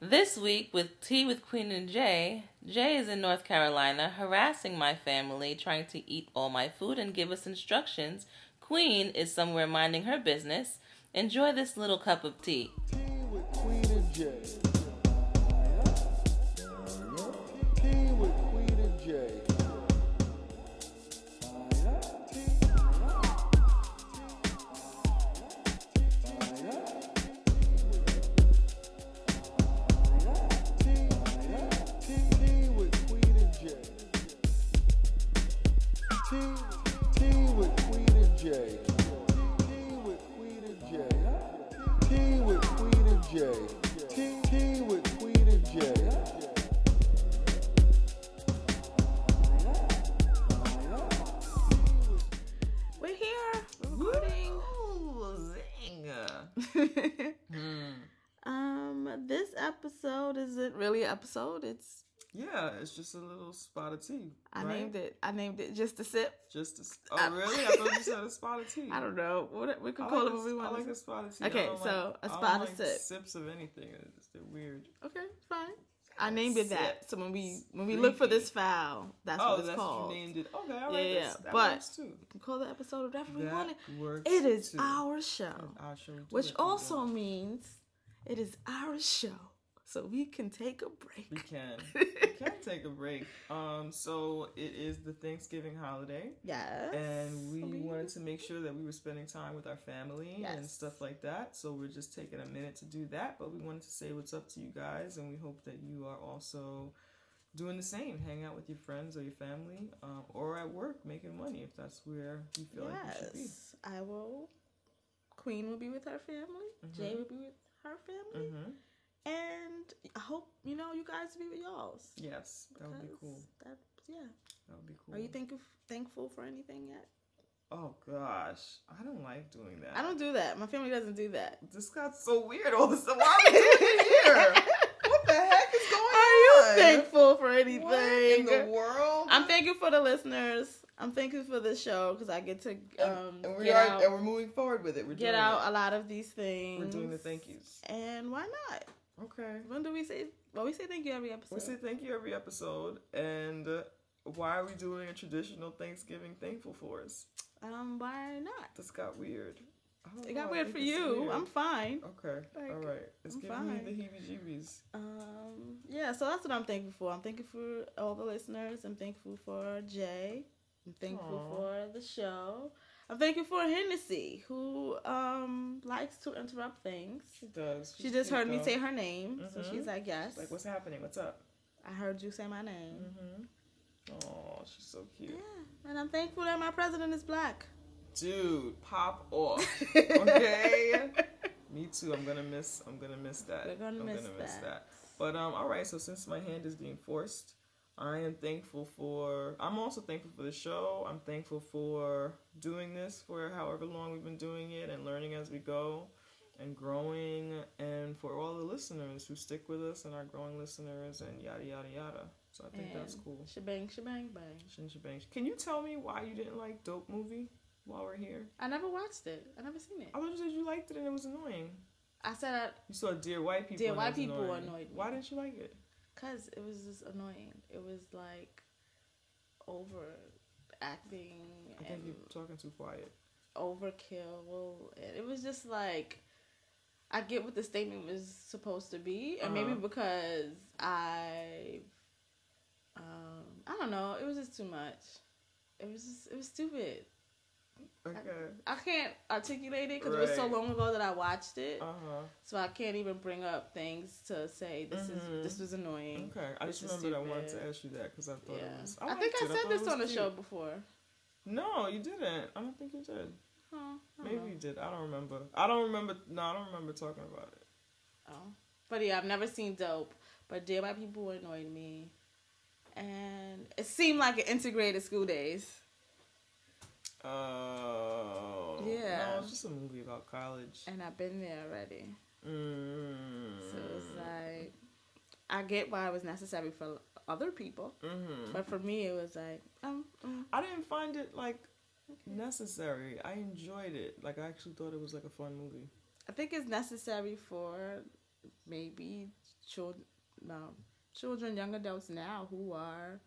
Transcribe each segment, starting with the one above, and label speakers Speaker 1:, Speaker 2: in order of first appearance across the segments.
Speaker 1: This week with Tea with Queen and Jay, Jay is in North Carolina harassing my family, trying to eat all my food and give us instructions. Queen is somewhere minding her business. Enjoy this little cup of tea.
Speaker 2: Tea with Queen and Jay. Tea with Queen and Jay. Tea with Queen and Jay. Tea, tea with Queen and Jay. Tea with Queen and Jay. Tea with Queen and Jay. Tea, tea with Queen and Jay.
Speaker 3: We're here. We're recording.
Speaker 4: Ooh, zing. Hmm.
Speaker 3: um, this episode isn't really an episode. It's
Speaker 4: Yeah, it's just a little spot of tea.
Speaker 3: I
Speaker 4: right?
Speaker 3: named it. I named it just a sip.
Speaker 4: Just a, s- oh really? I thought you said a spot of tea.
Speaker 3: I don't know. What we
Speaker 4: I
Speaker 3: could
Speaker 4: like
Speaker 3: call it
Speaker 4: the-
Speaker 3: what we want.
Speaker 4: I like
Speaker 3: to-
Speaker 4: a spot of tea.
Speaker 3: Okay,
Speaker 4: I don't
Speaker 3: so
Speaker 4: like-
Speaker 3: a
Speaker 4: I don't
Speaker 3: spot of
Speaker 4: like
Speaker 3: sip.
Speaker 4: Sips of anything. It's, they're weird.
Speaker 3: okay, fine. I named it that.
Speaker 4: sip.
Speaker 3: So when we when we look for this file, that's
Speaker 4: oh,
Speaker 3: what it's
Speaker 4: that's
Speaker 3: called.
Speaker 4: what you named it. Okay, all
Speaker 3: Yeah,
Speaker 4: right.
Speaker 3: yeah,
Speaker 4: Yeah, that
Speaker 3: but-
Speaker 4: works too.
Speaker 3: We can call the episode whatever we
Speaker 4: That
Speaker 3: want. it.
Speaker 4: works
Speaker 3: It is
Speaker 4: too.
Speaker 3: our show,
Speaker 4: Our show we do
Speaker 3: which
Speaker 4: it on
Speaker 3: also
Speaker 4: the-
Speaker 3: means it is our show, so we can take a break.
Speaker 4: we can we can take a break. Um, so it is the Thanksgiving holiday.
Speaker 3: Yes.
Speaker 4: and we wanted to make sure that we were spending time with our family and
Speaker 3: Yes.
Speaker 4: stuff like that. So we're just taking a minute to do that, but we wanted to say what's up to you guys, and we hope that you are also doing the same. Hang out with your friends or your family, um, or at work making money if that's where you feel like you should be.
Speaker 3: Yes, I will. Queen will be with her family.
Speaker 4: Mm-hmm.
Speaker 3: Jay will be with her family,
Speaker 4: hmm
Speaker 3: and I hope you know you guys will be with y'all's.
Speaker 4: Yes, that would be
Speaker 3: because
Speaker 4: cool.
Speaker 3: That yeah.
Speaker 4: That would be cool.
Speaker 3: Are you think thankful for anything yet?
Speaker 4: oh gosh, I don't like doing that.
Speaker 3: I don't do that. My family doesn't do that.
Speaker 4: This got so weird all of a sudden. Why are we doing it here? what the heck is going on?
Speaker 3: Are you thankful for anything?
Speaker 4: What in the world?
Speaker 3: I'm thankful for the listeners. I'm thankful for the show because I get to um
Speaker 4: and we
Speaker 3: get
Speaker 4: are,
Speaker 3: out,
Speaker 4: and we're moving forward with it. We're
Speaker 3: get
Speaker 4: doing
Speaker 3: out
Speaker 4: It.
Speaker 3: a lot of these things.
Speaker 4: We're doing the thank yous.
Speaker 3: And why not?
Speaker 4: Okay.
Speaker 3: When do we say? Well, we say thank you every episode.
Speaker 4: We say thank you every episode, and uh, why are we doing a traditional Thanksgiving thankful for us?
Speaker 3: Um, why not?
Speaker 4: This got weird. I don't
Speaker 3: It
Speaker 4: know,
Speaker 3: got
Speaker 4: I
Speaker 3: weird
Speaker 4: think
Speaker 3: for
Speaker 4: it's
Speaker 3: you.
Speaker 4: weird.
Speaker 3: I'm fine.
Speaker 4: okay.
Speaker 3: like,
Speaker 4: All right. It's
Speaker 3: I'm
Speaker 4: giving
Speaker 3: fine.
Speaker 4: me the heebie-jeebies.
Speaker 3: Um, yeah, so that's what I'm thankful for. I'm thankful for all the listeners. I'm thankful for Jay. I'm thankful
Speaker 4: Aw.
Speaker 3: for the show. I'm thankful for Hennessy, who um likes to interrupt things.
Speaker 4: She does.
Speaker 3: She just heard me say
Speaker 4: She's
Speaker 3: her name, so
Speaker 4: Mhm.
Speaker 3: she's like, "Yes,
Speaker 4: Like, what's happening? What's up?
Speaker 3: I heard you say my name."
Speaker 4: Mm-hmm. Oh, she's so cute,
Speaker 3: Yeah, and I'm thankful that my president is black.
Speaker 4: dude. Pop off. Okay. Me too. I'm gonna miss. I'm gonna miss that.
Speaker 3: We're gonna
Speaker 4: I'm
Speaker 3: miss that.
Speaker 4: But um, all right. So since my hand is being forced, I am thankful for. I'm also thankful for the show. I'm thankful for doing this for however long we've been doing it and learning as we go, and growing, and for all the listeners who stick with us and our growing listeners and yada yada yada. So I think that's
Speaker 3: And
Speaker 4: cool.
Speaker 3: Shebang, shebang, bang.
Speaker 4: Shin Shebang. Can you tell me why you didn't like Dope Movie while we're here?
Speaker 3: I never watched it. I never seen it.
Speaker 4: I thought you said you liked it and it was annoying.
Speaker 3: I said I
Speaker 4: You saw Dear White People.
Speaker 3: Dear
Speaker 4: and it
Speaker 3: White
Speaker 4: was
Speaker 3: People
Speaker 4: annoying.
Speaker 3: annoyed me.
Speaker 4: Why didn't you like it?
Speaker 3: Cause it was just annoying. It was like over acting
Speaker 4: I think
Speaker 3: and
Speaker 4: you're talking too quiet.
Speaker 3: overkill. And it was just like I get what the statement was supposed to be, and maybe
Speaker 4: Uh-huh.
Speaker 3: because I, um, I don't know. It was just too much. It was just it was stupid.
Speaker 4: Okay.
Speaker 3: I can't articulate it because it was so
Speaker 4: Right.
Speaker 3: long ago that I watched it,
Speaker 4: Uh huh.
Speaker 3: so I can't even bring up things to say this
Speaker 4: Mhm.
Speaker 3: is this was annoying.
Speaker 4: Okay. I just
Speaker 3: This is
Speaker 4: remembered I wanted to
Speaker 3: stupid.
Speaker 4: ask you that because I thought
Speaker 3: Yeah,
Speaker 4: it was.
Speaker 3: I, think I
Speaker 4: liked it.
Speaker 3: said
Speaker 4: thought it
Speaker 3: this
Speaker 4: was
Speaker 3: on the
Speaker 4: cute.
Speaker 3: show before.
Speaker 4: No, you didn't. I don't think you did.
Speaker 3: Huh, I don't
Speaker 4: Maybe
Speaker 3: know.
Speaker 4: you did. I don't remember. I don't remember. No, I don't remember talking about it.
Speaker 3: Oh. But yeah, I've never seen Dope. But Dear White People annoyed me. And it seemed like it integrated school days.
Speaker 4: Oh.
Speaker 3: Yeah.
Speaker 4: No, it's just a movie about college.
Speaker 3: And I've been there already.
Speaker 4: Mm.
Speaker 3: So it's like, I get why it was necessary for other people.
Speaker 4: hmm
Speaker 3: But for me, it was like, um, um,
Speaker 4: I didn't find it like necessary. I enjoyed it. Like I actually thought it was like a fun movie.
Speaker 3: I think it's necessary for maybe children, um, children, young adults now who are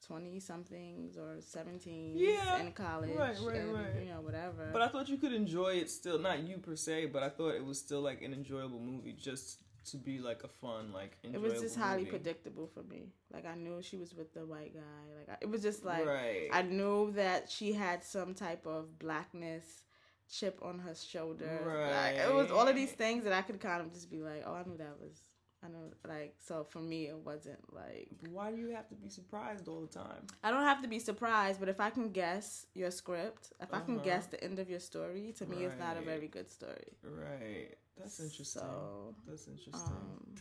Speaker 3: twenty somethings or seventeen
Speaker 4: Yeah.
Speaker 3: in college,
Speaker 4: Right, right,
Speaker 3: and,
Speaker 4: right.
Speaker 3: you know, whatever.
Speaker 4: But I thought you could enjoy it still, not you per se, but I thought it was still like an enjoyable movie just to be like a fun, like
Speaker 3: it
Speaker 4: enjoyable
Speaker 3: was just highly
Speaker 4: movie.
Speaker 3: predictable for me. Like I knew she was with the white guy. Like I, it was just like
Speaker 4: right.
Speaker 3: I knew that she had some type of blackness chip on her shoulder. Like, it was all of these
Speaker 4: Right.
Speaker 3: things that I could kind of just be like, oh, I knew that was. I know, like, so for me, it wasn't like
Speaker 4: Why do you have to be surprised all the time?
Speaker 3: I don't have to be surprised, but if I can guess your script, if I can
Speaker 4: Uh-huh.
Speaker 3: guess the end of your story, to me, it's not a
Speaker 4: Right.
Speaker 3: very good story.
Speaker 4: Right. That's interesting.
Speaker 3: So,
Speaker 4: That's interesting.
Speaker 3: um,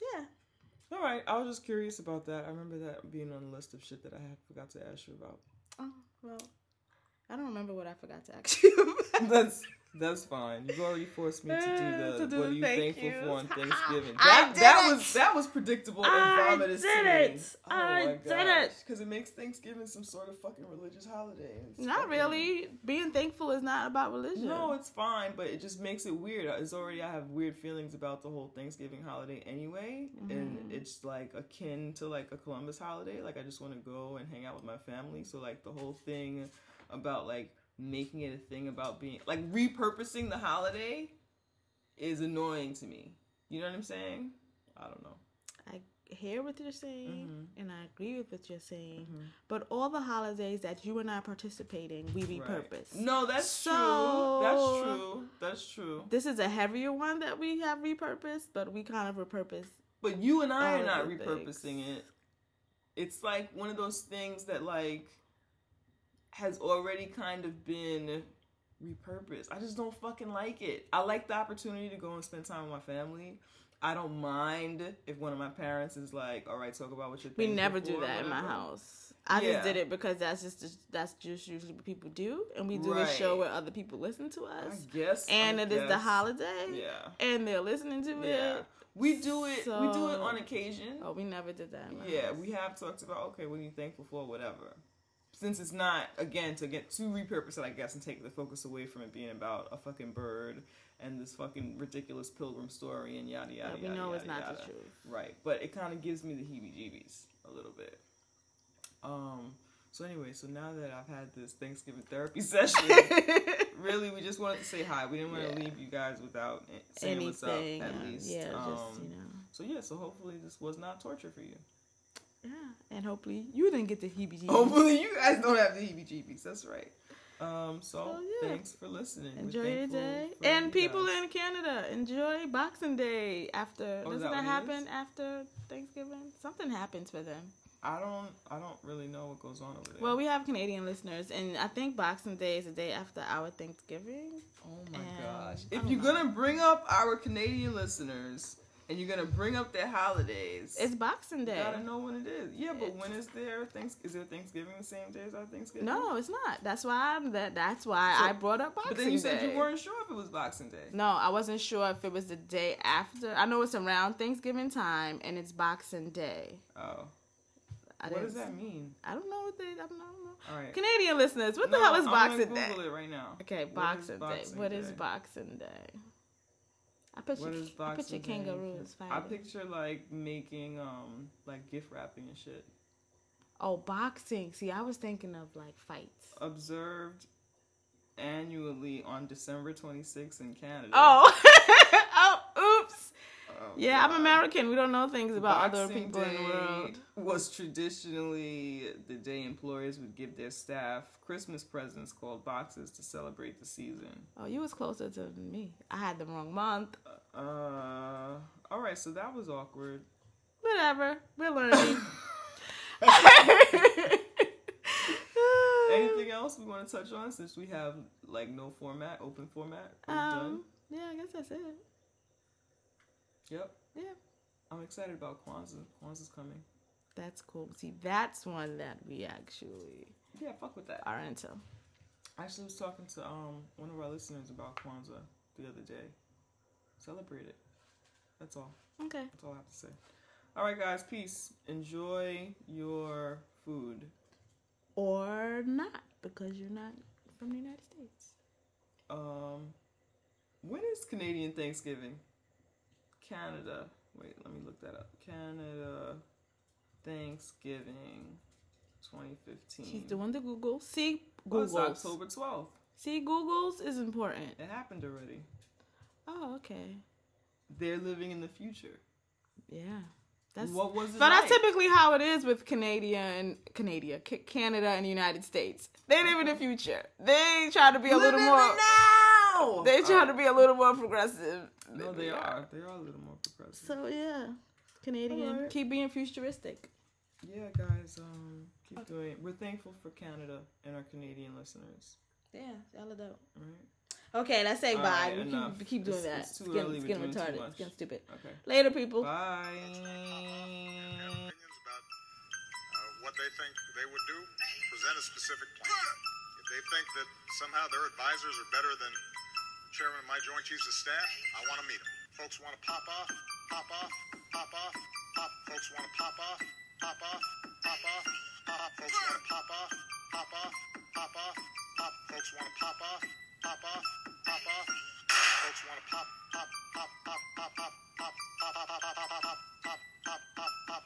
Speaker 3: yeah,
Speaker 4: all right. I was just curious about that. I remember that being on the list of shit that I had forgot to ask you about.
Speaker 3: oh, well, I don't remember what I forgot to ask you. about.
Speaker 4: That's that's fine. You've already forced me to do the
Speaker 3: Uh, To do
Speaker 4: what
Speaker 3: the
Speaker 4: are you
Speaker 3: thank
Speaker 4: thankful
Speaker 3: yous.
Speaker 4: for on Thanksgiving.
Speaker 3: I
Speaker 4: That
Speaker 3: did
Speaker 4: that
Speaker 3: it.
Speaker 4: was that was predictable and
Speaker 3: I
Speaker 4: vomitous
Speaker 3: did
Speaker 4: to me.
Speaker 3: it.
Speaker 4: Oh
Speaker 3: I did it.
Speaker 4: Because it makes Thanksgiving some sort of fucking religious holiday. It's
Speaker 3: not
Speaker 4: fucking-
Speaker 3: really. Being thankful is not about religion.
Speaker 4: No, it's fine, but it just makes it weird. It's already I have weird feelings about the whole Thanksgiving holiday anyway,
Speaker 3: Mm-hmm.
Speaker 4: and it's like akin to like a Columbus holiday. Like I just want to go and hang out with my family. So like the whole thing about like making it a thing about being like repurposing the holiday is annoying to me. You know what I'm saying? I don't know.
Speaker 3: I hear what you're saying
Speaker 4: Mm-hmm.
Speaker 3: and I agree with what you're saying, but all the holidays that you and I participating, we
Speaker 4: Right.
Speaker 3: repurpose.
Speaker 4: No, that's
Speaker 3: So-
Speaker 4: true. That's true. That's true.
Speaker 3: This is a heavier one that we have repurposed, but we kind of repurpose.
Speaker 4: But you and I are
Speaker 3: Oh,
Speaker 4: not
Speaker 3: the
Speaker 4: repurposing
Speaker 3: things.
Speaker 4: it. It's like one of those things that like has already kind of been repurposed. I just don't fucking like it. I like the opportunity to go and spend time with my family. I don't mind if one of my parents is like, "All right, talk about what you're."
Speaker 3: We
Speaker 4: thankful
Speaker 3: never do
Speaker 4: for,"
Speaker 3: that in my
Speaker 4: whatever.
Speaker 3: house. I
Speaker 4: Yeah.
Speaker 3: just did it because that's just that's just usually what people do, and we do a
Speaker 4: Right.
Speaker 3: show where other people listen to
Speaker 4: I
Speaker 3: us,
Speaker 4: guess.
Speaker 3: and
Speaker 4: I
Speaker 3: it is the
Speaker 4: guess.
Speaker 3: holiday,
Speaker 4: Yeah.
Speaker 3: and they're listening to
Speaker 4: Yeah.
Speaker 3: it.
Speaker 4: We do it. we do it
Speaker 3: So-
Speaker 4: on occasion.
Speaker 3: Oh, we never did that. In my
Speaker 4: Yeah,
Speaker 3: house.
Speaker 4: we have talked about okay, what are you thankful for, whatever. Since it's not again to get to repurpose it, I guess, and take the focus away from it being about a fucking bird and this fucking ridiculous pilgrim story and yada yada.
Speaker 3: But we
Speaker 4: yada,
Speaker 3: know it's
Speaker 4: yada,
Speaker 3: not the
Speaker 4: yada.
Speaker 3: truth.
Speaker 4: Right, but it kind of gives me the heebie-jeebies a little bit. Um. So anyway, so now that I've had this Thanksgiving therapy session, really, we just wanted to say hi. We didn't want to
Speaker 3: Yeah.
Speaker 4: leave you guys without eh, saying what's up,
Speaker 3: Anything,
Speaker 4: at
Speaker 3: um,
Speaker 4: least.
Speaker 3: yeah,
Speaker 4: um,
Speaker 3: just you know.
Speaker 4: So yeah, so hopefully this was not torture for you.
Speaker 3: Yeah, and hopefully you didn't get the heebie-jeebies.
Speaker 4: Hopefully, you guys don't have the heebie jeebies. That's right. Um, so,
Speaker 3: So, yeah.
Speaker 4: thanks for listening. We're
Speaker 3: Enjoy your
Speaker 4: thankful
Speaker 3: day,
Speaker 4: for you
Speaker 3: and people
Speaker 4: guys.
Speaker 3: in Canada enjoy Boxing Day after.
Speaker 4: Oh,
Speaker 3: doesn't
Speaker 4: is that
Speaker 3: that,
Speaker 4: what it
Speaker 3: happen
Speaker 4: is?
Speaker 3: after Thanksgiving? Something happens for them.
Speaker 4: I don't, I don't really know what goes on over there.
Speaker 3: Well, we have Canadian listeners, and I think Boxing Day is the day after our Thanksgiving.
Speaker 4: oh my
Speaker 3: um,
Speaker 4: gosh!
Speaker 3: I
Speaker 4: If
Speaker 3: don't
Speaker 4: you're
Speaker 3: know.
Speaker 4: gonna bring up our Canadian listeners and you're gonna bring up their holidays,
Speaker 3: It's Boxing
Speaker 4: you
Speaker 3: Day.
Speaker 4: gotta know when it is. Yeah, but
Speaker 3: It's-
Speaker 4: when is their thanks? Is their Thanksgiving the same day as our Thanksgiving?
Speaker 3: No, it's not. That's why I'm that. That's why
Speaker 4: So-
Speaker 3: I brought up Boxing
Speaker 4: But
Speaker 3: Day.
Speaker 4: then you said you weren't sure if it was Boxing Day.
Speaker 3: No, I wasn't sure if it was the day after. I know it's around Thanksgiving time, and it's Boxing Day.
Speaker 4: Oh,
Speaker 3: I
Speaker 4: what
Speaker 3: didn't-
Speaker 4: does that mean?
Speaker 3: I don't know what they. I don't know.
Speaker 4: All right.
Speaker 3: Canadian listeners, what the
Speaker 4: No,
Speaker 3: hell is
Speaker 4: I'm
Speaker 3: Boxing
Speaker 4: gonna
Speaker 3: Day?
Speaker 4: Google it right now.
Speaker 3: Okay,
Speaker 4: What is
Speaker 3: Boxing, Day.
Speaker 4: Boxing
Speaker 3: What is
Speaker 4: Day?
Speaker 3: Boxing Day? I put
Speaker 4: What
Speaker 3: you.
Speaker 4: is
Speaker 3: I put
Speaker 4: Boxing
Speaker 3: your
Speaker 4: Day?
Speaker 3: kangaroos
Speaker 4: I
Speaker 3: fighting.
Speaker 4: picture like making um like gift wrapping and shit.
Speaker 3: oh, boxing. See, I was thinking of like fights.
Speaker 4: Observed annually on December 26th in Canada.
Speaker 3: Oh, oh, oops.
Speaker 4: Oh,
Speaker 3: Yeah, I'm
Speaker 4: God.
Speaker 3: American. We don't know things about other
Speaker 4: Boxing
Speaker 3: people in the
Speaker 4: Day
Speaker 3: world.
Speaker 4: Was traditionally the day employers would give their staff Christmas presents called boxes to celebrate the season.
Speaker 3: Oh, you was closer to me. I had the wrong month.
Speaker 4: Uh, all right, so that was awkward.
Speaker 3: Whatever. We're learning.
Speaker 4: Anything else we want to touch on since we have like no format, open format? Are we done?
Speaker 3: Um. Yeah, I guess that's it.
Speaker 4: Yep.
Speaker 3: Yeah.
Speaker 4: I'm excited about Kwanzaa. Kwanzaa's coming.
Speaker 3: That's cool. See, that's one that we actually
Speaker 4: Yeah, fuck with that.
Speaker 3: are into.
Speaker 4: I actually was talking to um one of our listeners about Kwanzaa the other day. Celebrate it. That's all.
Speaker 3: Okay.
Speaker 4: That's all I have to say. All right, guys. Peace. Enjoy your food.
Speaker 3: Or not, because you're not from the United States.
Speaker 4: Um, when is Canadian Thanksgiving? Canada. Wait, let me look that up. Canada Thanksgiving 2015.
Speaker 3: She's doing the Google. See
Speaker 4: Hmm. Oh, it's
Speaker 3: Google's.
Speaker 4: October 12th.
Speaker 3: See Google's is important.
Speaker 4: It happened already.
Speaker 3: Oh, okay.
Speaker 4: They're living in the future.
Speaker 3: Yeah. That's
Speaker 4: what was it?
Speaker 3: But
Speaker 4: like?
Speaker 3: that's typically how it is with Canada and Canada, C- Canada and the United States. They live in the future. They try to be a
Speaker 4: Live
Speaker 3: little
Speaker 4: in
Speaker 3: more.
Speaker 4: the now.
Speaker 3: They try to be a little more progressive.
Speaker 4: No, they are. They are a little more progressive.
Speaker 3: So yeah, Canadian.
Speaker 4: Alright.
Speaker 3: Keep being futuristic.
Speaker 4: yeah, guys. Um, keep doing. It. We're thankful for Canada and our Canadian listeners.
Speaker 3: Yeah, y'all are dope.
Speaker 4: All
Speaker 3: Okay, let's say
Speaker 4: All
Speaker 3: bye. we
Speaker 4: right, enough.
Speaker 3: keep, we keep doing
Speaker 4: It's-
Speaker 3: that.
Speaker 4: it's too
Speaker 3: It's getting-
Speaker 4: early.
Speaker 3: It's
Speaker 4: We're
Speaker 3: getting
Speaker 4: doing too
Speaker 3: retarded.
Speaker 4: much.
Speaker 3: It's getting stupid.
Speaker 4: right. Okay.
Speaker 3: Later, people.
Speaker 4: Bye.
Speaker 5: opinions about uh, what they think they would do, present a specific plan. If they think that somehow their advisors are better than the chairman of my Joint Chiefs of Staff, I want to meet them. Folks want to pop off, pop off, pop off, pop. Folks want to pop off, pop off, pop off, pop. off. Folks want to pop off, pop off, pop off, pop. Folks want to pop off, pop off, pop off. Folks want to pop, pop, pop, pop, pop, pop, pop, pop, pop, pop, pop, pop, pop.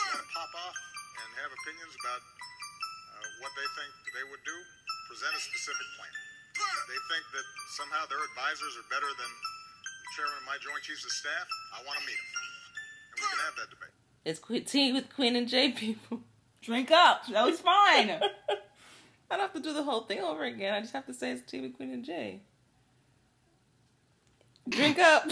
Speaker 5: and have opinions about uh, what they think they would do, present a specific plan. If they think that somehow their advisors are better than the chairman of my Joint Chiefs of Staff, I want to meet them. And we can have that debate.
Speaker 1: It's que- tea with Queen and Jay, people.
Speaker 4: Drink up. That was fine.
Speaker 1: I don't have to do the whole thing over again. I just have to say it's tea with Queen and Jay. Drink up.